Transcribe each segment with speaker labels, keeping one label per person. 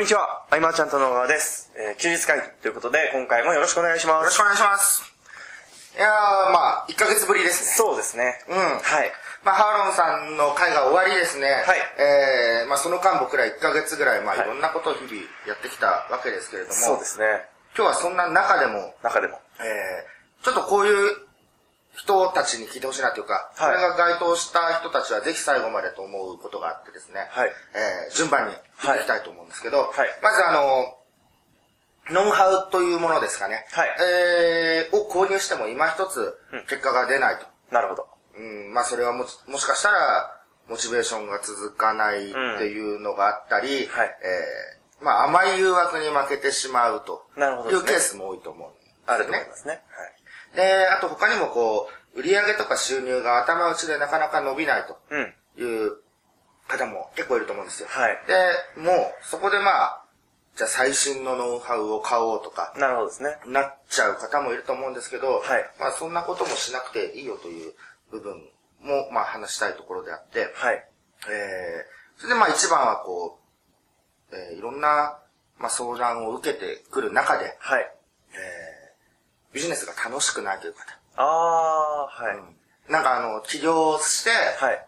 Speaker 1: にちは、アイマーちゃんとの川です。えー休日会議ということで、今回もよろしくお願いしま
Speaker 2: よろし
Speaker 1: す。
Speaker 2: くお願いします。いやー、まあ、1ヶ月ぶりですね。
Speaker 1: そうですね。
Speaker 2: うん
Speaker 1: はい。
Speaker 2: まあ、ハーロンさんの会が終わりですね。
Speaker 1: はい
Speaker 2: えー、まあ、その間僕ら1ヶ月ぐらい、まあ、いろんなことを日々やってきたわけですけれども、
Speaker 1: そうですね。
Speaker 2: 今日はそんな中でも、
Speaker 1: 中でも。
Speaker 2: えー、ちょっとこういう人たちに聞いてほしいなというか、
Speaker 1: はい
Speaker 2: これが該当した人たちはぜひ最後までと思うことがあってですね、
Speaker 1: はい
Speaker 2: えー順番に聞いていきたいと思うんですけど、
Speaker 1: はい
Speaker 2: まずあの、ノウハウというものですかね、
Speaker 1: はい
Speaker 2: えーを購入しても今一つ結果が出ないと。
Speaker 1: なるほど。
Speaker 2: うん、まあそれはもし、もしかしたら、モチベーションが続かないっていうのがあったり、え
Speaker 1: はい
Speaker 2: ーまあ甘い誘惑に負けてしまうと
Speaker 1: なるほど
Speaker 2: い
Speaker 1: です
Speaker 2: う
Speaker 1: ね
Speaker 2: ケースも多いと思うんですね。
Speaker 1: あると思いますね。
Speaker 2: で、あと他にもこう、売り上げとか収入が頭打ちでなかなか伸びない
Speaker 1: はい。うん。
Speaker 2: という方も結構いると思うんですよ。
Speaker 1: はい
Speaker 2: で、もう、そこでまあ、じゃあ最新のノウハウを買おうとか、
Speaker 1: なるほどですね。
Speaker 2: なっちゃう方もいると思うんですけど、
Speaker 1: はい
Speaker 2: まあそんなこともしなくていいよという部分も、まあ話したいところであって、
Speaker 1: はい。
Speaker 2: えー、それでまあ一番はこう、えーいろんな、まあ、相談を受けてくる中で、
Speaker 1: はい。
Speaker 2: ビジネスが楽しくないという方、
Speaker 1: あー、はい。
Speaker 2: なんかあの、起業して、
Speaker 1: はい。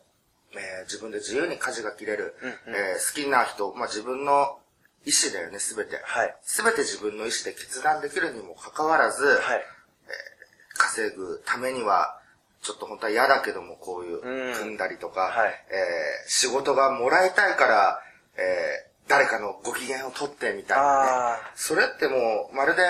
Speaker 2: えー自分で自由に舵が切れる、
Speaker 1: うん
Speaker 2: えー好きな人、まあ、自分の意思だよね、すべて。
Speaker 1: はい
Speaker 2: すべて自分の意思で決断できるにもかかわらず、
Speaker 1: はい。
Speaker 2: 稼ぐためには、ちょっと本当は嫌だけども、こういう
Speaker 1: うん、
Speaker 2: 組んだりとか、
Speaker 1: はい
Speaker 2: えー仕事がもらいたいから、えー誰かのご機嫌を取ってみたいなね
Speaker 1: あ。
Speaker 2: それってもう、まるで、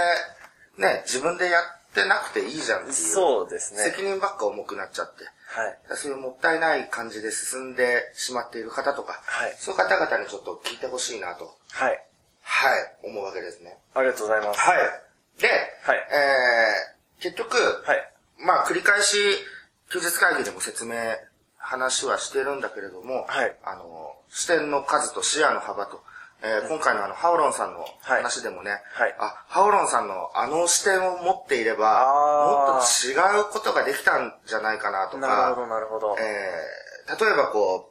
Speaker 2: ね、自分でやってなくていいじゃんっていう。
Speaker 1: そうですね。
Speaker 2: 責任ばっか重くなっちゃって。
Speaker 1: はい。
Speaker 2: そういうもったいない感じで進んでしまっている方とか、
Speaker 1: はい
Speaker 2: そういう方々にちょっと聞いてほしいなと、
Speaker 1: はい。
Speaker 2: はい、思うわけですね。
Speaker 1: ありがとうございます。
Speaker 2: い。で、
Speaker 1: はい
Speaker 2: えー、結局、
Speaker 1: はい。
Speaker 2: まあ繰り返し、休日会議でも説明、話はしてるんだけれども、
Speaker 1: はい
Speaker 2: あの、視点の数と視野の幅と、えー今回のあの、ハオロンさんの話でもね、
Speaker 1: はい
Speaker 2: あ、ハオロンさんのあの視点を持っていれば、
Speaker 1: あー
Speaker 2: もっと違うことができたんじゃないかなとか、
Speaker 1: なるほど、なるほど。
Speaker 2: えー例えばこ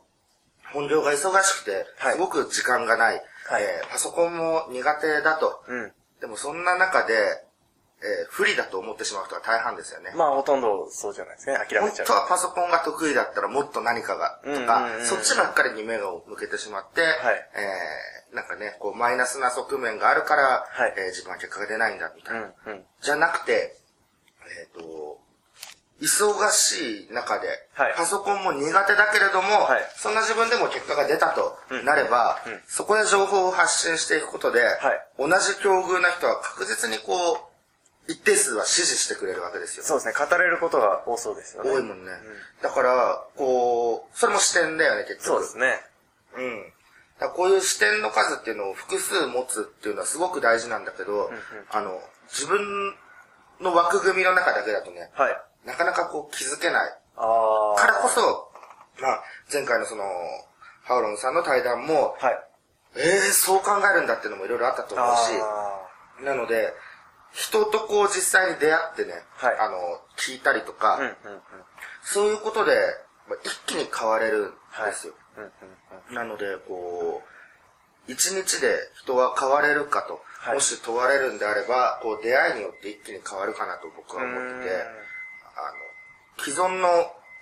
Speaker 2: う、本業が忙しくて、
Speaker 1: はい
Speaker 2: すごく時間がない、
Speaker 1: はい
Speaker 2: えーパソコンも苦手だと、
Speaker 1: うん。
Speaker 2: でもそんな中で、えー不利だと思ってしまう人は大半ですよね。
Speaker 1: まあ、ほとんどそうじゃないですね。諦め
Speaker 2: 本
Speaker 1: ちゃう
Speaker 2: 当。はパソコンが得意だったらもっと何かが、と
Speaker 1: うんうんうん
Speaker 2: か、そっちばっかりに目を向けてしまって、えーなんかね、こうマイナスな側面があるから、
Speaker 1: はい
Speaker 2: えー自分は結果が出ないんだ、みたいな。
Speaker 1: うん、うん。
Speaker 2: じゃなくて、えっ、と、忙しい中で、
Speaker 1: はい
Speaker 2: パソコンも苦手だけれども、
Speaker 1: はい
Speaker 2: そんな自分でも結果が出たとなれば、そこで情報を発信していくことで、同じ境遇な人は確実にこう、一定数は支持してくれるわけですよ。
Speaker 1: そうですね。語れることが多そうですよね。
Speaker 2: 多いもんね。だから、こう、それも視点だよね、結
Speaker 1: そう
Speaker 2: 局。
Speaker 1: ですね。
Speaker 2: うん。だからこういう視点の数っていうのを複数持つっていうのはすごく大事なんだけど、あの、自分の枠組みの中だけだとね、
Speaker 1: はい。
Speaker 2: なかなかこう気づけない
Speaker 1: ああ。
Speaker 2: からこそ、まあ、前回のその、ハウロンさんの対談も、
Speaker 1: はい。
Speaker 2: ええそう考えるんだっていうのもいろいろあったと思う
Speaker 1: あ
Speaker 2: し、なので、人とこう実際に出会ってね、
Speaker 1: はい
Speaker 2: あの、聞いたりとか、
Speaker 1: ーうんうんうん。
Speaker 2: そういうことで、まあ一気に変われるん
Speaker 1: はい。
Speaker 2: ですよ。
Speaker 1: うんうん
Speaker 2: なので、こう、一日で人は変われるかと、
Speaker 1: はい
Speaker 2: もし問われるんであれば、こう出会いによって一気に変わるかなと僕は思ってて、
Speaker 1: うーん
Speaker 2: あの、既存の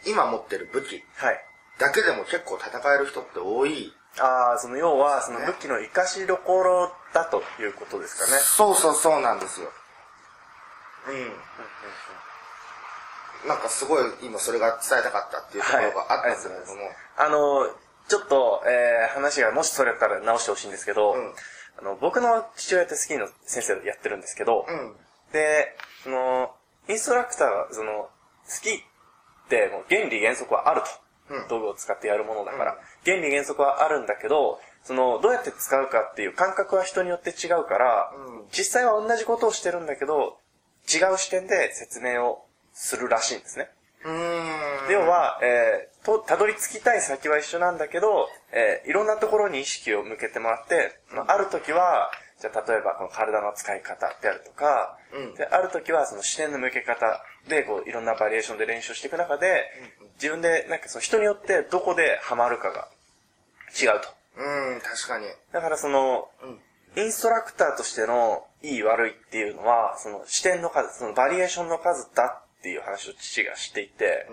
Speaker 2: 今持ってる武器
Speaker 1: はい。
Speaker 2: だけでも結構戦える人って多い。
Speaker 1: ああ、その要は、その
Speaker 2: ね
Speaker 1: 武器の生かしどころだということですかね。
Speaker 2: そうそうそうなんですよ。うん。なんかすごい今それが伝えたかったっていうところがあったんですけれども、
Speaker 1: あの、ちょっと、えー、話がもしそれたら直してほしいんですけど、
Speaker 2: うん
Speaker 1: あの僕の父親ってスキーの先生やってるんですけど、
Speaker 2: うん。
Speaker 1: で、その、インストラクターが、その、スキーってもう原理原則はあると。
Speaker 2: うん
Speaker 1: 道具を使ってやるものだから、
Speaker 2: うん
Speaker 1: 原理原則はあるんだけど、その、どうやって使うかっていう感覚は人によって違うから、
Speaker 2: うん
Speaker 1: 実際は同じことをしてるんだけど、違う視点で説明をするらしいんですね。
Speaker 2: うーん。
Speaker 1: 要は、えーと、たどり着きたい先は一緒なんだけど、えーいろんなところに意識を向けてもらって、まあ、ある時は、じゃあ例えばこの体の使い方であるとか、
Speaker 2: うん
Speaker 1: である時はその視点の向け方でこういろんなバリエーションで練習していく中で、自分でなんかその人によってどこでハマるかが違うと。
Speaker 2: うん、確かに。
Speaker 1: だからその、
Speaker 2: うん
Speaker 1: インストラクターとしてのいい悪いっていうのは、その視点の数、そのバリエーションの数だっていう話を父がしていて、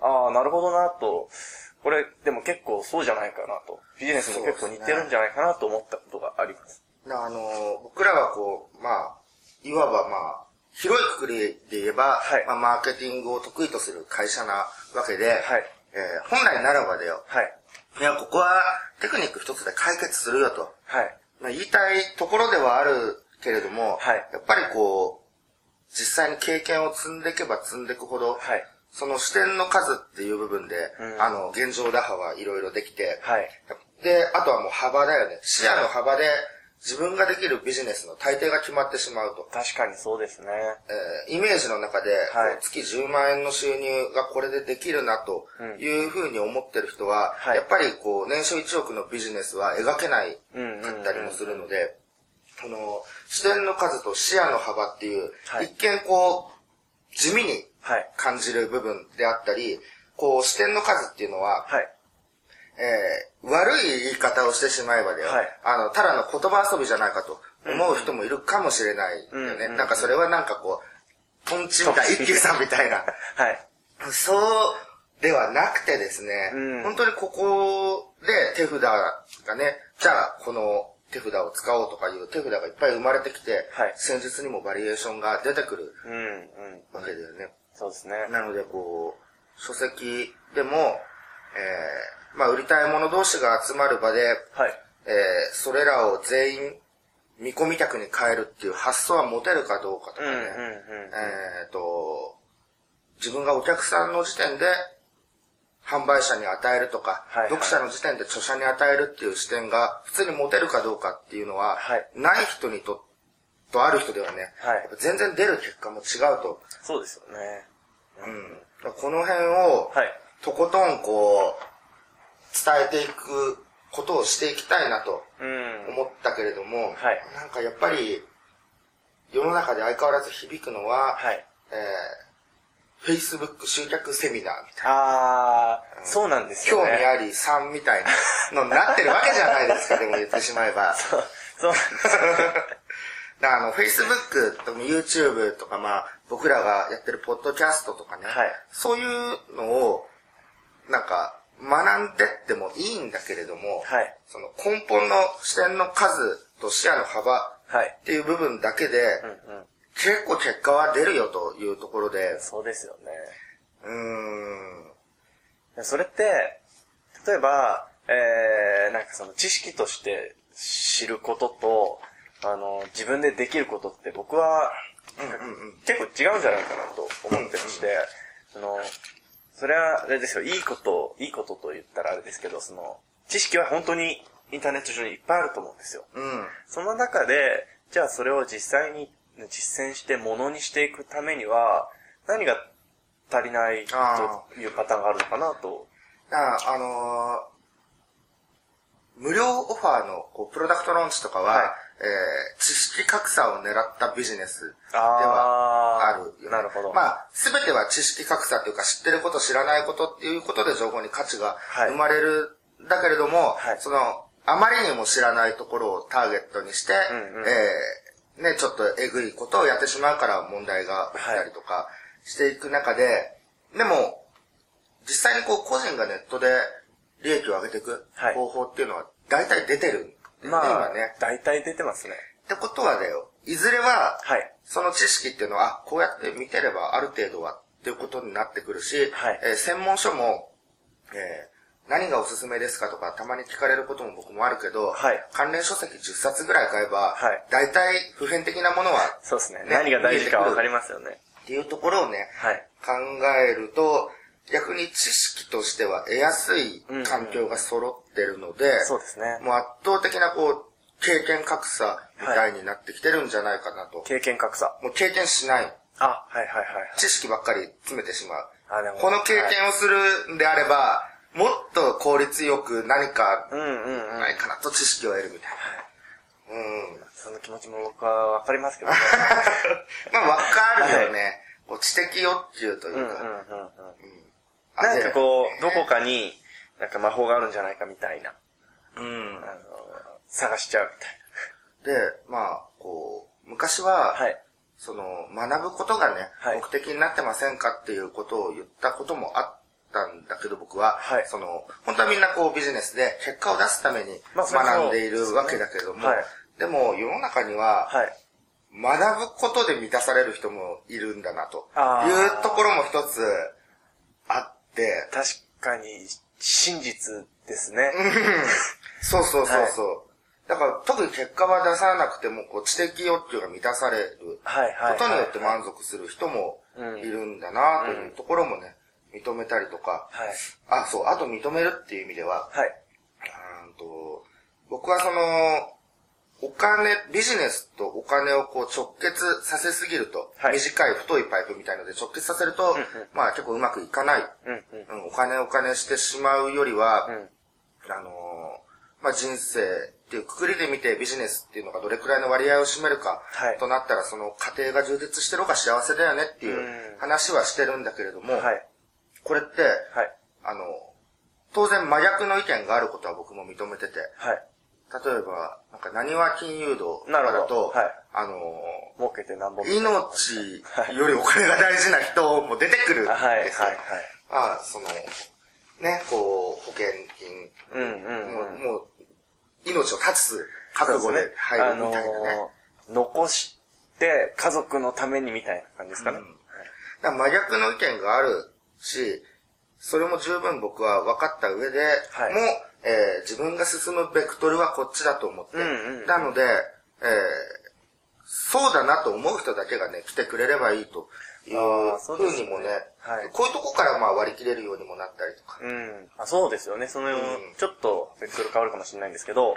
Speaker 1: ああ、なるほどなと、これでも結構そうじゃないかなと、ビジネスも結構似てるんじゃないかなと思ったことがあります。
Speaker 2: なあのー僕らはこう、まあ、いわばまあ、広いくくりで言えば、
Speaker 1: はい
Speaker 2: まあ、マーケティングを得意とする会社なわけで、
Speaker 1: はい
Speaker 2: えー本来ならばだよ、
Speaker 1: はい。
Speaker 2: いや、ここはテクニック一つで解決するよと、
Speaker 1: はい。
Speaker 2: まあ、言いたいところではあるけれども、
Speaker 1: はい
Speaker 2: やっぱりこう、実際に経験を積んでいけば積んでいくほど、
Speaker 1: はい。
Speaker 2: その視点の数っていう部分で、
Speaker 1: うん
Speaker 2: あの、現状打破はいろいろできて、
Speaker 1: はい。
Speaker 2: で、あとはもう幅だよね。視野の幅で自分ができるビジネスの大抵が決まってしまうと。
Speaker 1: 確かにそうですね。
Speaker 2: えーイメージの中で、
Speaker 1: はい
Speaker 2: こう月10万円の収入がこれでできるなというふうに思ってる人は、
Speaker 1: はい
Speaker 2: やっぱりこう、年商1億のビジネスは描けない
Speaker 1: うんうん
Speaker 2: かったりもするので、その、視点の数と視野の幅っていう、
Speaker 1: はい
Speaker 2: 一見こう、地味に
Speaker 1: はい。
Speaker 2: 感じる部分であったり、こう、視点の数っていうのは、
Speaker 1: はい。
Speaker 2: えー悪い言い方をしてしまえばだよ、
Speaker 1: はい
Speaker 2: あの、ただの言葉遊びじゃないかと思う人もいるかもしれないよね。
Speaker 1: うんうんうん
Speaker 2: なんかそれはなんかこう、トンチンた一休さんみたいな。
Speaker 1: はい。
Speaker 2: そうではなくてですね、
Speaker 1: うん
Speaker 2: 本当にここで手札がね、じゃあこの手札を使おうとかいう手札がいっぱい生まれてきて、
Speaker 1: はい
Speaker 2: 戦術にもバリエーションが出てくる
Speaker 1: うん、うん。
Speaker 2: わけだよね。
Speaker 1: そうですね。
Speaker 2: なので、こう、書籍でも、えーまあ、売りたい者同士が集まる場で、
Speaker 1: はい。
Speaker 2: えーそれらを全員、見込み客に変えるっていう発想は持てるかどうかと
Speaker 1: う
Speaker 2: か
Speaker 1: ん、
Speaker 2: ね
Speaker 1: うん、、うん。
Speaker 2: えっ、と、自分がお客さんの時点で、販売者に与えるとか、
Speaker 1: はいはい
Speaker 2: 読者の時点で著者に与えるっていう視点が普通に持てるかどうかっていうのは、
Speaker 1: はい
Speaker 2: ない人にとっとある人ではね、
Speaker 1: はい
Speaker 2: やっぱ全然出る結果も違うと
Speaker 1: そうですよね。
Speaker 2: うん、この辺を、
Speaker 1: はい。
Speaker 2: とことんこう、伝えていくことをしていきたいなと
Speaker 1: うん。
Speaker 2: 思ったけれども、
Speaker 1: はい
Speaker 2: なんかやっぱり、世の中で相変わらず響くのは、
Speaker 1: はい。
Speaker 2: えー、Facebook 集客セミナーみたいな、
Speaker 1: あー、そうなんですよ
Speaker 2: 興
Speaker 1: ね。
Speaker 2: 味あり3みたいなのになってるわけじゃないです か、でも言ってしまえ ば。
Speaker 1: そうなんです。
Speaker 2: だからあの、Facebook とか YouTube とか、まあ、僕らがやってるポッドキャストとかね、
Speaker 1: はい
Speaker 2: そういうのを、なんか、学んでってもいいんだけれども、
Speaker 1: はい
Speaker 2: その根本の視点の数と視野の幅
Speaker 1: はい
Speaker 2: っ。ていう部分だけで、
Speaker 1: うん、うん。
Speaker 2: 結構結果は出るよというところで、
Speaker 1: そうですよね。
Speaker 2: うーん、
Speaker 1: それって、例えば、えー、なんかその知識として知ることと、あの、自分でできることって僕は、結構違うんじゃないかなと思ってまして、その、それは、あれですよ、いいこと、いいことと言ったらあれですけど、その、知識は本当にインターネット上にいっぱいあると思うんですよ。
Speaker 2: うん、
Speaker 1: その中で、じゃあそれを実際に実践してものにしていくためには、何が足りない
Speaker 2: あ
Speaker 1: というパターンがあるのかなと。
Speaker 2: だから、あのー無料オファーのこうプロダクトローンチとかは、
Speaker 1: はい
Speaker 2: えー知識格差を狙ったビジネスではあ
Speaker 1: あ
Speaker 2: るよ、ね。
Speaker 1: なるほど。
Speaker 2: まあ、すべては知識格差というか、知ってること、知らないことっていうことで情報に価値が
Speaker 1: はい
Speaker 2: 生まれる、だけれども、
Speaker 1: はい
Speaker 2: その、あまりにも知らないところをターゲットにして、
Speaker 1: うんうん
Speaker 2: えーね、ちょっとえぐいことをやってしまうから問題が起きたりとかしていく中で、でも、実際にこう個人がネットで利益を上げていく
Speaker 1: はい
Speaker 2: 方法っていうのは大体出てるんだよね、
Speaker 1: まあ、
Speaker 2: 今ね。
Speaker 1: 大体出てますね。
Speaker 2: ってことはだよ、いずれは、
Speaker 1: はい。
Speaker 2: その知識っていうのは、あこうやって見てればある程度はっていうことになってくるし、
Speaker 1: はい
Speaker 2: えー専門書も、えー何がおすすめですかとか、たまに聞かれることも僕もあるけど、
Speaker 1: はい
Speaker 2: 関連書籍10冊ぐらい買えば、
Speaker 1: はい
Speaker 2: 大体普遍的なものは
Speaker 1: そうですね。
Speaker 2: ね
Speaker 1: 何が大事かわかりますよね。
Speaker 2: っていうところをね、
Speaker 1: はい。
Speaker 2: 考えると、逆に知識としては得やすい環境が揃ってるので、
Speaker 1: そうですね。
Speaker 2: もう圧倒的なこう、経験格差みたいになってきてるんじゃないかなと。
Speaker 1: 経験格差。
Speaker 2: もう経験しない。
Speaker 1: あ、はいはいはい。
Speaker 2: 知識ばっかり詰めてしまう。
Speaker 1: あでも
Speaker 2: この経験をするんであれば、もっと効率よく何か
Speaker 1: うんうんうん。
Speaker 2: ないかなと知識を得るみたいな。うん。
Speaker 1: その気持ちも僕はわかりますけどね。
Speaker 2: まあ、わかるよね。こう知的欲求という
Speaker 1: うんうんう
Speaker 2: か。
Speaker 1: んうん。
Speaker 2: あ
Speaker 1: なんかこう、ど
Speaker 2: で
Speaker 1: こかに、なんか魔法があるんじゃないかみたいな。
Speaker 2: うん
Speaker 1: あの、探しちゃうみたい
Speaker 2: で、まあ、こう、昔は、
Speaker 1: はい。
Speaker 2: その、学ぶことがね、
Speaker 1: はい
Speaker 2: 目的になってませんかっていうことを言ったこともあったんだけど、僕は、
Speaker 1: はい
Speaker 2: その、本当はみんなこうビジネスで結果を出すために
Speaker 1: まあそれは
Speaker 2: 学んでいるわけだけども、
Speaker 1: はい
Speaker 2: でも世の中には、
Speaker 1: はい。
Speaker 2: 学ぶことで満たされる人もいるんだなと
Speaker 1: あー
Speaker 2: いうところも一つあって、
Speaker 1: 確かに、真実ですね。
Speaker 2: そうそうそうそう。だから特に結果は出さなくても、こう知的欲求が満たされる
Speaker 1: はいはい。
Speaker 2: ことによって満足する人もいるんだなというところもね、認めたりとか、
Speaker 1: はい。
Speaker 2: あ、そう、あと認めるっていう意味では、
Speaker 1: はい。
Speaker 2: うーんと僕はその、お金、ビジネスとお金をこう直結させすぎると、
Speaker 1: はい
Speaker 2: 短い太いパイプみたいので直結させると、まあ結構うまくいかない。
Speaker 1: うんうん。
Speaker 2: うんお金お金してしまうよりは、
Speaker 1: うん。
Speaker 2: あのーまあ、人生っていうくくりで見てビジネスっていうのがどれくらいの割合を占めるか
Speaker 1: はい
Speaker 2: となったら、その家庭が充実してる方が幸せだよねっていううん話はしてるんだけれども、
Speaker 1: はい。
Speaker 2: これって、
Speaker 1: はい。
Speaker 2: あの、当然真逆の意見があることは僕も認めてて、
Speaker 1: はい。
Speaker 2: 例えば、なんか何は金融道とか
Speaker 1: なる
Speaker 2: だ
Speaker 1: ほど
Speaker 2: と、
Speaker 1: はい
Speaker 2: あの
Speaker 1: 儲けてなんぼみ
Speaker 2: ー、
Speaker 1: たいな
Speaker 2: 命よりお金が大事な人も出てくるんですよ。
Speaker 1: はい。はい。はい。
Speaker 2: まあ、その、ね、こう、保険金
Speaker 1: うんうん
Speaker 2: も
Speaker 1: うん
Speaker 2: う、もう、命を絶つ覚悟で入るみたいなね。
Speaker 1: あのー残して家族のためにみたいな感じですかね。
Speaker 2: だから真逆の意見があるし、それも十分僕は分かった上で、
Speaker 1: はい
Speaker 2: もう、えー自分が進むベクトルはこっちだと思って、
Speaker 1: うんうんうん
Speaker 2: なので、えーそうだなと思う人だけがね、来てくれればいいという
Speaker 1: あーそう
Speaker 2: ふ
Speaker 1: で
Speaker 2: う
Speaker 1: すね
Speaker 2: にもね、
Speaker 1: はい
Speaker 2: こういうとこからまあ割り切れるようにもなったりとか。
Speaker 1: うん。あそうですよね。その、
Speaker 2: ん
Speaker 1: ちょっと、ベクトル変わるかもしれないんですけど、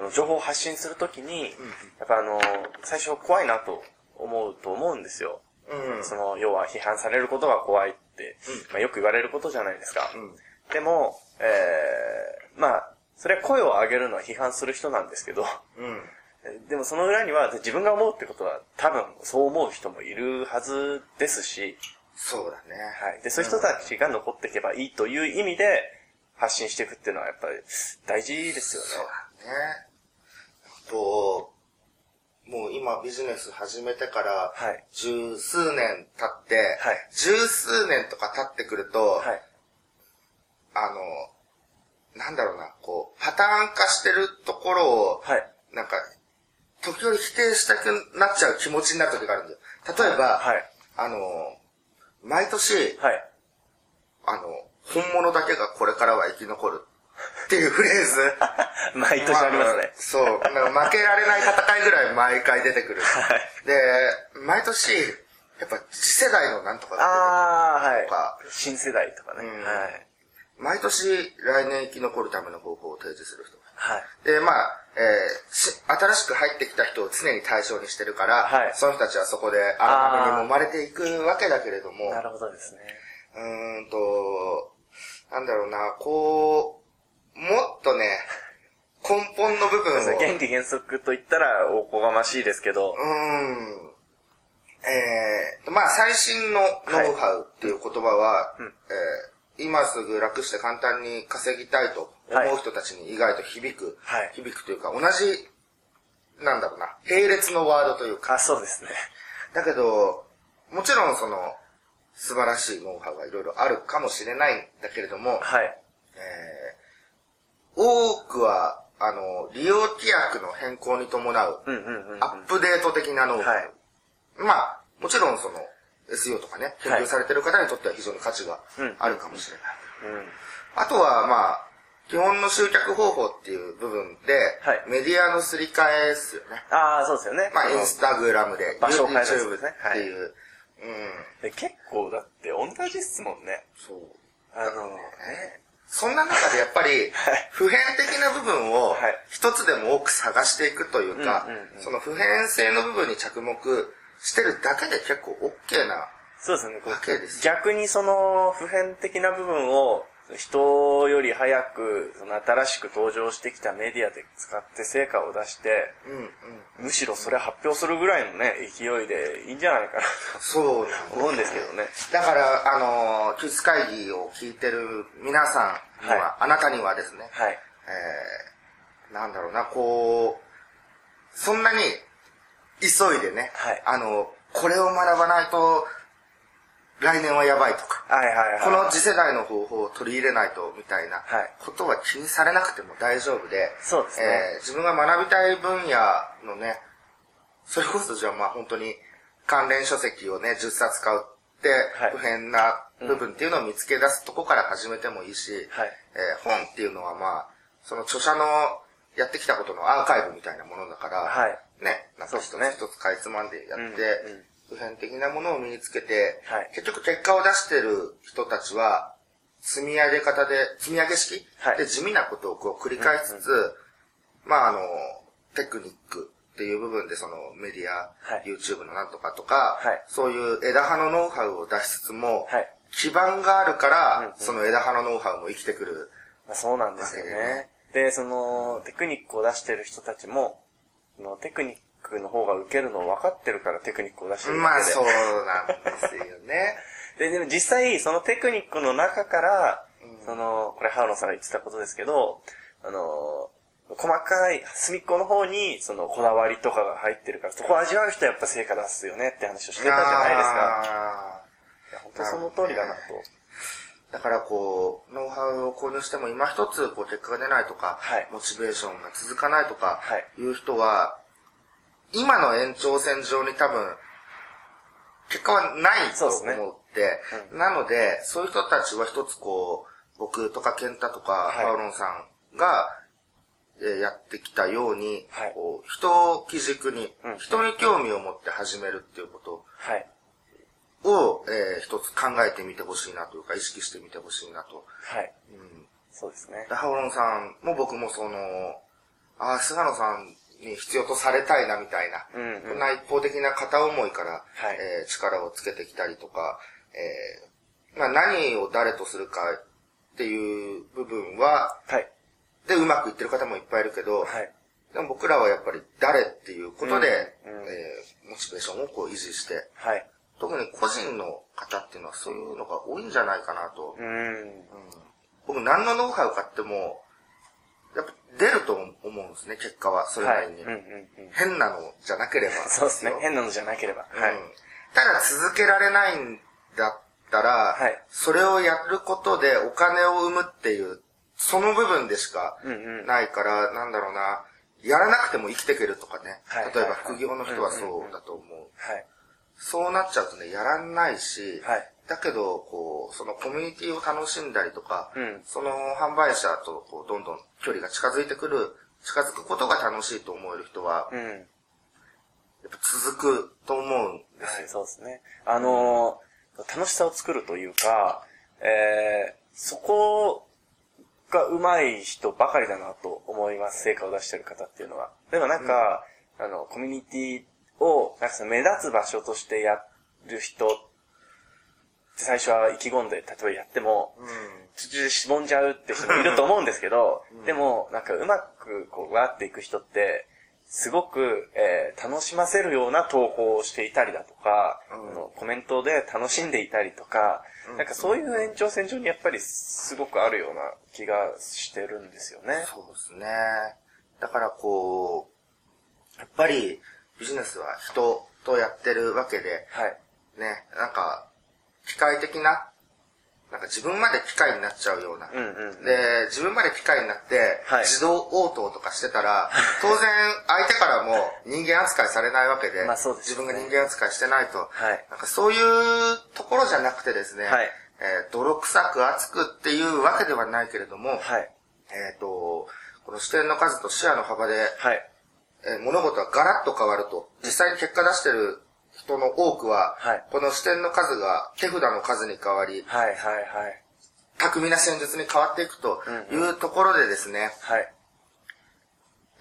Speaker 1: あの情報を発信するときに、やっぱあの、最初怖いなと思うと思うんですよ。
Speaker 2: うん
Speaker 1: その、要は批判されることが怖いって、まあ、よく言われることじゃないですか。
Speaker 2: うん
Speaker 1: でも、えー、まあ、それは声を上げるのは批判する人なんですけど、
Speaker 2: うん
Speaker 1: でもその裏には自分が思うってことは多分そう思う人もいるはずですし、
Speaker 2: そうだね。
Speaker 1: はい。で、そういう人たちが残っていけばいいという意味で発信していくっていうのはやっぱり大事ですよね。
Speaker 2: そうだね。あと、もう今ビジネス始めてから
Speaker 1: はい、
Speaker 2: 十数年経って、
Speaker 1: はい
Speaker 2: 十数年とか経ってくると、
Speaker 1: はい。
Speaker 2: あの、なんだろうな、こう、パターン化してるところを、
Speaker 1: はい。
Speaker 2: なんか、時折否定したくなっちゃう気持ちになる時があるんだよ。例えば、
Speaker 1: はい。
Speaker 2: あの、毎年、
Speaker 1: はい。
Speaker 2: あの、本物だけがこれからは生き残るっていうフレーズ。
Speaker 1: 毎年ありますね。
Speaker 2: そう。なんか負けられない戦いぐらい毎回出てくる。で、毎年、やっぱ次世代のなんとかが
Speaker 1: あー、
Speaker 2: とか
Speaker 1: はい。新世代とかね。
Speaker 2: うん
Speaker 1: はい。
Speaker 2: 出てくる毎年来年生き残るための方法を提示する人。
Speaker 1: はい。
Speaker 2: で、まあ、えーし新しく入ってきた人を常に対象にしてるから、
Speaker 1: はい
Speaker 2: その人たちはそこであのにも生まれていくわけだけれども、
Speaker 1: なるほどですね。
Speaker 2: うーんと、なんだろうな、こう、もっとね、根本の部分を、
Speaker 1: 原理原則と言ったらおこがましいですけど、
Speaker 2: うーん。えーと、まあ、最新のノウハウっていう言葉は、えー今すぐ楽して簡単に稼ぎたいと思う人たちに意外と響く、
Speaker 1: はい
Speaker 2: 響くというか、同じ、なんだろうな、並列のワードというか、
Speaker 1: あ、そうですね。
Speaker 2: だけど、もちろんその、素晴らしいノウハウがいろいろあるかもしれないんだけれども、
Speaker 1: はい。
Speaker 2: えー多くは、あの、利用規約の変更に伴う、
Speaker 1: うんうんうん。
Speaker 2: アップデート的なノウハウ
Speaker 1: はい
Speaker 2: まあ、もちろんその、SEO とかね、研究されてる方にとっては非常に価値が
Speaker 1: うん
Speaker 2: あるかもしれない。
Speaker 1: うん。
Speaker 2: あとは、まあ、基本の集客方法っていう部分で、
Speaker 1: はい
Speaker 2: メディアのすり替えですよね。
Speaker 1: ああ、そうですよね。
Speaker 2: まあ、
Speaker 1: そ
Speaker 2: イ
Speaker 1: の
Speaker 2: ンスタグラムで、
Speaker 1: 場所を変えたやつ
Speaker 2: YouTube
Speaker 1: です
Speaker 2: って
Speaker 1: ねはい
Speaker 2: いう。うん、
Speaker 1: で結構だって同じっすもんね。
Speaker 2: そう。
Speaker 1: あの、ね。
Speaker 2: そんな中でやっぱり、普遍的な部分を
Speaker 1: はい
Speaker 2: 一つでも多く探していくというか
Speaker 1: うんうんう、ん
Speaker 2: その普遍性の部分に着目してるだけで結構 OK な
Speaker 1: そうですね。こう
Speaker 2: わけです
Speaker 1: 逆にその普遍的な部分を人より早くその新しく登場してきたメディアで使って成果を出して、
Speaker 2: うんうん、
Speaker 1: むしろそれ発表するぐらいのね、勢いでいいんじゃないかな
Speaker 2: そうなん
Speaker 1: と思うんですけどね。
Speaker 2: だから、あのー、キス会議を聞いてる皆さんには、
Speaker 1: は
Speaker 2: あなたにはですね、
Speaker 1: はい。
Speaker 2: えー、なんだろうな、こう、そんなに急いでね、
Speaker 1: はい
Speaker 2: あの、これを学ばないと、来年はやばいとか、
Speaker 1: はいはいはい。
Speaker 2: この次世代の方法を取り入れないと、みたいな
Speaker 1: はい
Speaker 2: ことは気にされなくても大丈夫で、
Speaker 1: そうですね
Speaker 2: えー自分が学びたい分野のね、それこそじゃあまあ本当に関連書籍をね、10冊買うって
Speaker 1: はい、
Speaker 2: 不変な部分っていうのを見つけ出すとこから始めてもいいし、
Speaker 1: はい
Speaker 2: えー本っていうのはまあ、その著者のやってきたことのアーカイブみたいなものだから、
Speaker 1: はい
Speaker 2: ね、なんか一つ
Speaker 1: そうです
Speaker 2: 一つかいつまんでやって、
Speaker 1: うんうん
Speaker 2: 普遍的なものを身につけて、
Speaker 1: はい
Speaker 2: 結局結果を出してる人たちは、積み上げ方で、積み上げ式、
Speaker 1: はい
Speaker 2: で地味なことをこう繰り返しつつ、まああの、テクニックっていう部分でそのメディア、
Speaker 1: はい
Speaker 2: YouTube のなんとかとか、
Speaker 1: はい
Speaker 2: そういう枝葉のノウハウを出しつつも、
Speaker 1: はい
Speaker 2: 基盤があるから、
Speaker 1: うんうん
Speaker 2: その枝葉のノウハウも生きてくる。
Speaker 1: まあ、そうなんですよ
Speaker 2: だけどね
Speaker 1: ね。で、その、テクニックを出してる人たちも、そのテクニックの方が受けるのを分かってるからテクニックを出してる
Speaker 2: ま
Speaker 1: わ
Speaker 2: あ
Speaker 1: けで。
Speaker 2: そうなんですよ ね。
Speaker 1: で、でも実際、そのテクニックの中から、
Speaker 2: うん
Speaker 1: その、これ、ハウノさんが言ってたことですけど、あの、細かい隅っこの方に、その、こだわりとかが入ってるから、そこを味わう人はやっぱ成果出すよねって話をしてたじゃないですか。
Speaker 2: か。
Speaker 1: いや、本当その通りだなと。
Speaker 2: だからこう、ノウハウを購入しても今一つこう結果が出ないとか、
Speaker 1: はい
Speaker 2: モチベーションが続かないとか
Speaker 1: は、
Speaker 2: いう人は、今の延長線上に多分、結果はないと
Speaker 1: そう
Speaker 2: 思
Speaker 1: ですね
Speaker 2: って、なので、そういう人たちは一つこう、僕とか健太とか、
Speaker 1: はい
Speaker 2: パウロンさんが、えーやってきたように、
Speaker 1: はい
Speaker 2: こう人を基軸に、
Speaker 1: うん
Speaker 2: 人に興味を持って始めるっていうこと
Speaker 1: はい。
Speaker 2: を、えー一つ考えてみてほしいなというか、意識してみてほしいなと。
Speaker 1: はい。
Speaker 2: うん。
Speaker 1: そうですね。
Speaker 2: ハオロンさんも僕もその、ああ、菅野さんに必要とされたいなみたいな、
Speaker 1: うんうん
Speaker 2: こんな一方的な片思いから、
Speaker 1: はい
Speaker 2: えー力をつけてきたりとか、えーまあ、何を誰とするかっていう部分は、
Speaker 1: はい。
Speaker 2: で、うまくいってる方もいっぱいいるけど、
Speaker 1: はい。
Speaker 2: でも僕らはやっぱり誰っていうことで、
Speaker 1: うんうん
Speaker 2: えーモチベーションをこう維持して、
Speaker 1: はい。
Speaker 2: 特に個人の方っていうのはそういうのが多いんじゃないかなと。
Speaker 1: うん。
Speaker 2: 僕何のノウハウ買っても、やっぱ出ると思うんですね、結果は、それな
Speaker 1: はい。
Speaker 2: り
Speaker 1: うん
Speaker 2: に。
Speaker 1: うんうん。
Speaker 2: 変なのじゃなければ。
Speaker 1: そうですね。
Speaker 2: よ
Speaker 1: 変なのじゃなければ。
Speaker 2: うん
Speaker 1: はい。
Speaker 2: ただ続けられないんだったら、
Speaker 1: はい
Speaker 2: それをやることでお金を生むっていう、その部分でしか
Speaker 1: うんうん
Speaker 2: ないから、なんだろうな、やらなくても生きていけるとかね。
Speaker 1: はい
Speaker 2: 例えば
Speaker 1: はいはい
Speaker 2: 副業の人はそうだと思う。
Speaker 1: はい。
Speaker 2: そうなっちゃうとね、やらないし、
Speaker 1: はい
Speaker 2: だけど、こう、そのコミュニティを楽しんだりとか、
Speaker 1: うん
Speaker 2: その販売者とこうどんどん距離が近づいてくる、近づくことが楽しいと思える人は、
Speaker 1: うん。
Speaker 2: やっぱ続くと思うんで
Speaker 1: は
Speaker 2: す
Speaker 1: い。
Speaker 2: よ。
Speaker 1: そうですね。あのー、楽しさを作るというか、えー、そこが上手い人ばかりだなと思います。成果を出してる方っていうのは。例えばなんか、あの、コミュニティを、なんかその目立つ場所としてやる人って最初は意気込んで、例えばやっても、途中でしぼんじゃうって人もいると思うんですけど、でも、なんかうまくこう、わーっていく人って、すごく、えー楽しませるような投稿をしていたりだとか、
Speaker 2: うん
Speaker 1: あのコメントで楽しんでいたりとか、なんかそういう延長線上にやっぱりすごくあるような気がしてるんですよね。
Speaker 2: そうですね。だからこう、やっぱりビジネスは人とやってるわけで、
Speaker 1: はい。
Speaker 2: ね、なんか、機械的な、なんか自分まで機械になっちゃうような、
Speaker 1: うんうん。
Speaker 2: で、自分まで機械になって
Speaker 1: はい、
Speaker 2: 自動応答とかしてたら、当然相手からも人間扱いされないわけで、
Speaker 1: まあそうです
Speaker 2: 自
Speaker 1: ね
Speaker 2: 分が人間扱いしてないと、
Speaker 1: はい
Speaker 2: なんかそういうところじゃなくてですね、
Speaker 1: はい
Speaker 2: えー泥臭く熱くっていうわけではないけれども、
Speaker 1: はい。
Speaker 2: えっ、と、この視点の数と視野の幅で、
Speaker 1: はい。
Speaker 2: えー物事はガラッと変わると、実際に結果出してる人の多くは、
Speaker 1: はい
Speaker 2: この視点の数が手札の数に変わり、
Speaker 1: はいはいはい。
Speaker 2: 巧みな戦術に変わっていくというところでですね、
Speaker 1: はい。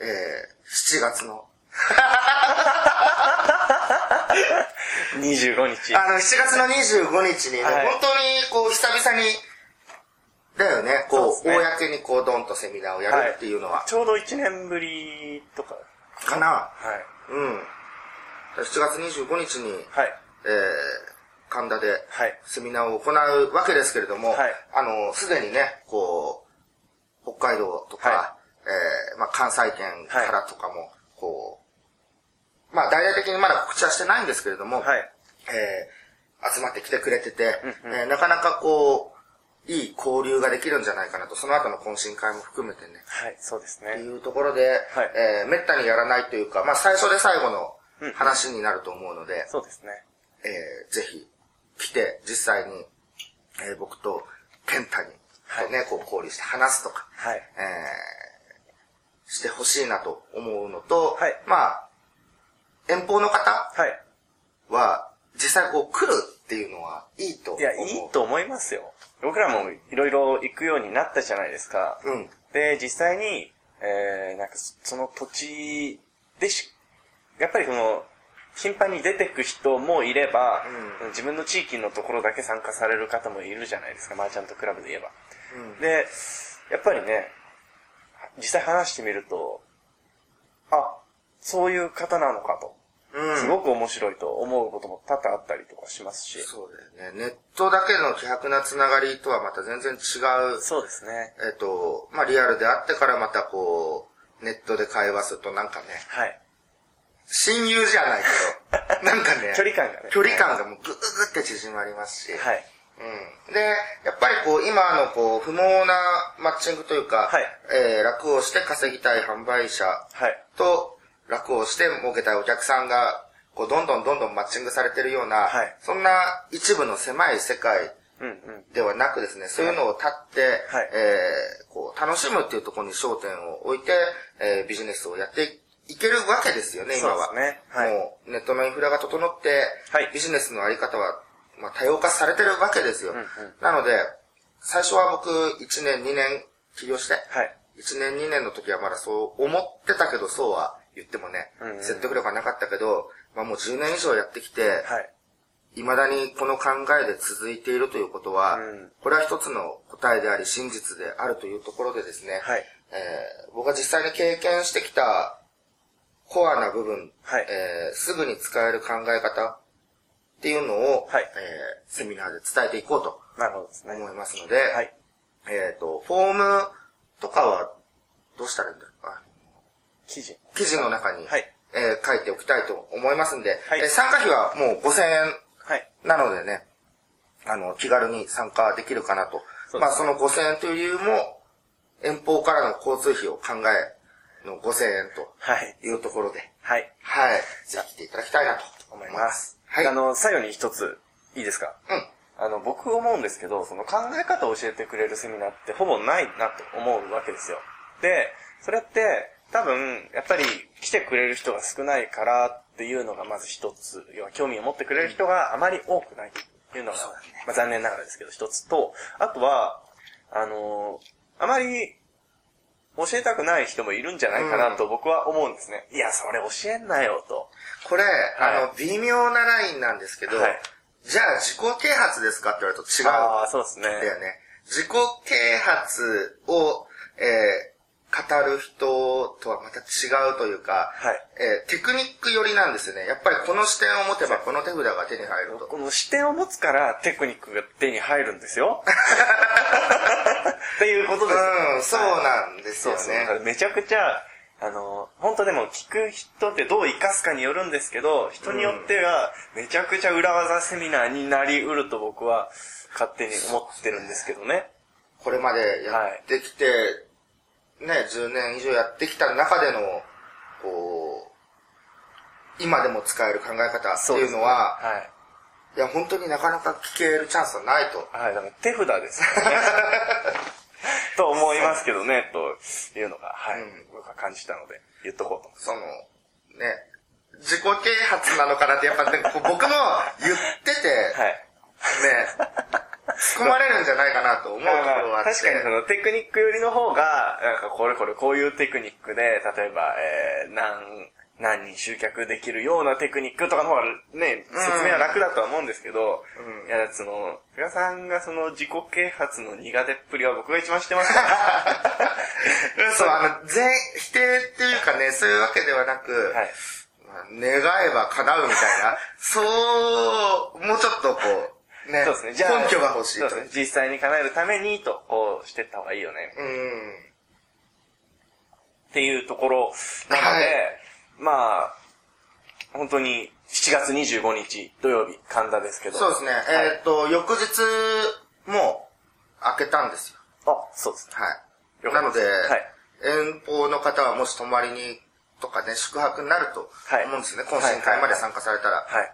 Speaker 2: えー、7月の。
Speaker 1: 25日。
Speaker 2: あの、7月の25日にね、
Speaker 1: はい
Speaker 2: 本当にこう、久々に、だよね、こ
Speaker 1: そう
Speaker 2: う、
Speaker 1: ですね
Speaker 2: 公にこう、ドンとセミナーをやるっていうのは、
Speaker 1: ちょうど1年ぶりとか。
Speaker 2: かな。
Speaker 1: はい。
Speaker 2: うん。7月25日に、
Speaker 1: はい。
Speaker 2: えー、神田で、
Speaker 1: はい
Speaker 2: セミナーを行うわけですけれども、
Speaker 1: はい
Speaker 2: あの、すでにね、こう、北海道とか、
Speaker 1: は
Speaker 2: えーまあ、関西圏からとかも、こう、まあ、大々的にまだ告知はしてないんですけれども、
Speaker 1: はい。
Speaker 2: えー集まってきてくれてて、
Speaker 1: うんうん
Speaker 2: えーなかなかこう、いい交流ができるんじゃないかなと、その後の懇親会も含めてね、
Speaker 1: はい、そうです
Speaker 2: って
Speaker 1: ね。
Speaker 2: いうところで、えーめったにやらないというか、まあ最初で最後の
Speaker 1: うん
Speaker 2: 話になると思うので、
Speaker 1: そうですね。
Speaker 2: えーぜひ来て、実際に、えー僕とケンタに、
Speaker 1: はい
Speaker 2: ね、こう交流して話すとか、
Speaker 1: はい。
Speaker 2: えーしてほしいなと思うのと、
Speaker 1: はい
Speaker 2: まあ、遠方の方
Speaker 1: はい。
Speaker 2: は、実際こう来るっていうのはいいと思う。
Speaker 1: いや、いいと思いますよ。僕らもいろいろ行くようになったじゃないですか。
Speaker 2: うん。
Speaker 1: で、実際に、えー、なんかそその土地でし、やっぱりその、頻繁に出てく人もいれば、
Speaker 2: う
Speaker 1: 自分の地域のところだけ参加される方もいるじゃないですか、マーチャントクラブで言えば。
Speaker 2: うん
Speaker 1: で、やっぱりね、実際話してみると、あ、そういう方なのかと、
Speaker 2: うん
Speaker 1: すごく面白いと思うことも多々あったりとかしますし。
Speaker 2: そうだよね。ネットだけの希薄なつながりとはまた全然違う、
Speaker 1: そうですね。
Speaker 2: えっ、と、まあ、リアルであってからまたこう、ネットで会話するとなんかね、
Speaker 1: はい。
Speaker 2: 親友じゃないけど、なんかね、
Speaker 1: 距離感がね。
Speaker 2: 距離感がもうぐーぐーって縮まりますし、
Speaker 1: はい。
Speaker 2: うん。で、やっぱりこう、今のこう、不毛なマッチングというか、
Speaker 1: はい
Speaker 2: えー楽をして稼ぎたい販売者
Speaker 1: はい。
Speaker 2: と、楽をして儲けたいお客さんが、こう、どんどんどんどんマッチングされてるような、
Speaker 1: はい
Speaker 2: そんな一部の狭い世界
Speaker 1: うんうん。
Speaker 2: ではなくですね、そういうのを立って、
Speaker 1: はい
Speaker 2: えーこう、楽しむっていうところに焦点を置いて、えービジネスをやっていけるわけですよね、今は。
Speaker 1: そうですねはい
Speaker 2: もう、ネットのインフラが整って、
Speaker 1: はい
Speaker 2: ビジネスのあり方は、まあ、多様化されてるわけですよ。
Speaker 1: んうん
Speaker 2: なので、最初は僕、1年、2年、起業して、
Speaker 1: はい。
Speaker 2: 1年2年の時はまだそう思ってたけど、そうは言ってもね、
Speaker 1: うんうん
Speaker 2: 説得力はなかったけど、まあもう10年以上やってきて、
Speaker 1: はい。
Speaker 2: 未だにこの考えで続いているということは、
Speaker 1: うん
Speaker 2: これは一つの答えであり、真実であるというところでですね、
Speaker 1: はい。
Speaker 2: えー僕が実際に経験してきたコアな部分、
Speaker 1: はい
Speaker 2: えーすぐに使える考え方っていうのを、
Speaker 1: はい
Speaker 2: えーセミナーで伝えていこうと
Speaker 1: なるほどですね。
Speaker 2: 思いますので、
Speaker 1: はい。
Speaker 2: えっ、と、フォームとかはどうしたらいいんだろうか。
Speaker 1: 記事。
Speaker 2: 記事の中に、
Speaker 1: はい
Speaker 2: えー書いておきたいと思いますんで、
Speaker 1: はい
Speaker 2: えー参加費はもう5000円
Speaker 1: はい。
Speaker 2: なのでね、あの、気軽に参加できるかなと。
Speaker 1: そうですね
Speaker 2: まあ、その5000円という理由も、遠方からの交通費を考えの5000円
Speaker 1: はい。
Speaker 2: というところで、
Speaker 1: はい。
Speaker 2: はい。ぜひ来ていただきたいなと思います。はい。
Speaker 1: あ
Speaker 2: うん。
Speaker 1: の、最後に一つ、いいですかあの、僕思うんですけど、その考え方を教えてくれるセミナーってほぼないなと思うわけですよ。で、それって、多分、やっぱり来てくれる人が少ないからっていうのがまず一つ、要は興味を持ってくれる人があまり多くないというのが、
Speaker 2: そうだね
Speaker 1: まあ残念ながらですけど一つと、あとは、あのーあまり教えたくない人もいるんじゃないかなと僕は思うんですね。いや、それ教えんなよと。
Speaker 2: これ、あの、微妙なラインなんですけど、
Speaker 1: はい
Speaker 2: じゃあ自己啓発ですかって言われると違うん
Speaker 1: ああ、そうですね。
Speaker 2: だよね。自己啓発を、えー語る人とはまた違うというか、
Speaker 1: はい
Speaker 2: えーテクニック寄りなんですよね。やっぱりこの視点を持てばこの手札が手に入ると。
Speaker 1: この視点を持つからテクニックが手に入るんですよ。っていうことですよ。
Speaker 2: うん、そうなんです
Speaker 1: そう
Speaker 2: よ
Speaker 1: ですね。だか
Speaker 2: ね。
Speaker 1: らめちゃくちゃ、あの、本当でも聞く人ってどう活かすかによるんですけど、人によってはめちゃくちゃ裏技セミナーになりうると僕は勝手に思ってるんですけどね。
Speaker 2: これまでやってきて、ね、10年以上やってきた中での、こう、今でも使える考え方って
Speaker 1: そう
Speaker 2: い
Speaker 1: で
Speaker 2: う
Speaker 1: すね
Speaker 2: のは、
Speaker 1: はい。
Speaker 2: いや、本当になかなか聞けるチャンスはないと。
Speaker 1: はい、だから手札です よね。と思いますけどね、というのが、はい、
Speaker 2: うん
Speaker 1: 僕は感じたので、言っとこうと。
Speaker 2: その、ね、自己啓発なのかなって、やっぱ、ね、こう僕も言ってて、
Speaker 1: はい。
Speaker 2: ね、突っ込まれるんじゃないかなと思うところはあって。
Speaker 1: 確かにそのテクニックよりの方が、なんかこれこれこういうテクニックで、例えば、えー、何、何人集客できるようなテクニックとかの方がね、
Speaker 2: ん
Speaker 1: 説明は楽だとは思うんですけど、
Speaker 2: うん
Speaker 1: いや、その、菅さんがその自己啓発の苦手っぷりは僕が一番知ってますから。
Speaker 2: そう、あの、全、否定っていうかね、そういうわけではなく、
Speaker 1: はい。
Speaker 2: まあ願えば叶うみたいな、そう、もうちょっとこう、ね、
Speaker 1: そうですね。じゃあ、
Speaker 2: 根拠が欲しい
Speaker 1: そう
Speaker 2: と。
Speaker 1: ですね。実際に叶えるためにと、こうしてった方がいいよね。
Speaker 2: うん。
Speaker 1: っていうところなので、
Speaker 2: はい
Speaker 1: まあ、本当に7月25日土曜日、神田ですけど。
Speaker 2: そうですね。
Speaker 1: はい
Speaker 2: えーっと、翌日も開けたんですよ。
Speaker 1: あ、そうですね。
Speaker 2: はい。
Speaker 1: よ
Speaker 2: な
Speaker 1: か
Speaker 2: の
Speaker 1: った
Speaker 2: で、
Speaker 1: です
Speaker 2: 遠方の方はもし泊まりにとかね、宿泊になると
Speaker 1: はい
Speaker 2: 思うんですよね。懇親会まで参加されたら。
Speaker 1: はい。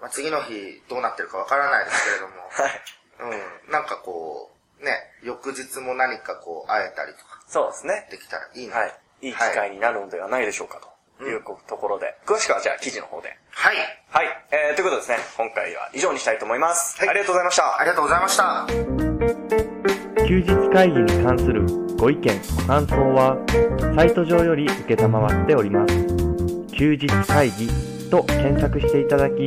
Speaker 2: まあ、次の日どうなってるかわからないですけれども。
Speaker 1: はい。
Speaker 2: うん。なんかこう、ね、翌日も何かこう、会えたりとか
Speaker 1: そうですね。
Speaker 2: できたらいいな。
Speaker 1: はい。いい機会になるのではないでしょうかということころで、詳しくはじゃあ記事の方で。
Speaker 2: はい。
Speaker 1: はい。えー、ということですね、今回は以上にしたいと思います。
Speaker 2: はい
Speaker 1: ありがとうございました。
Speaker 2: ありがとうございました。
Speaker 3: 休日会議に関するご意見、ご感想は、サイト上より受けたまわっております。休日会議と検索していただき、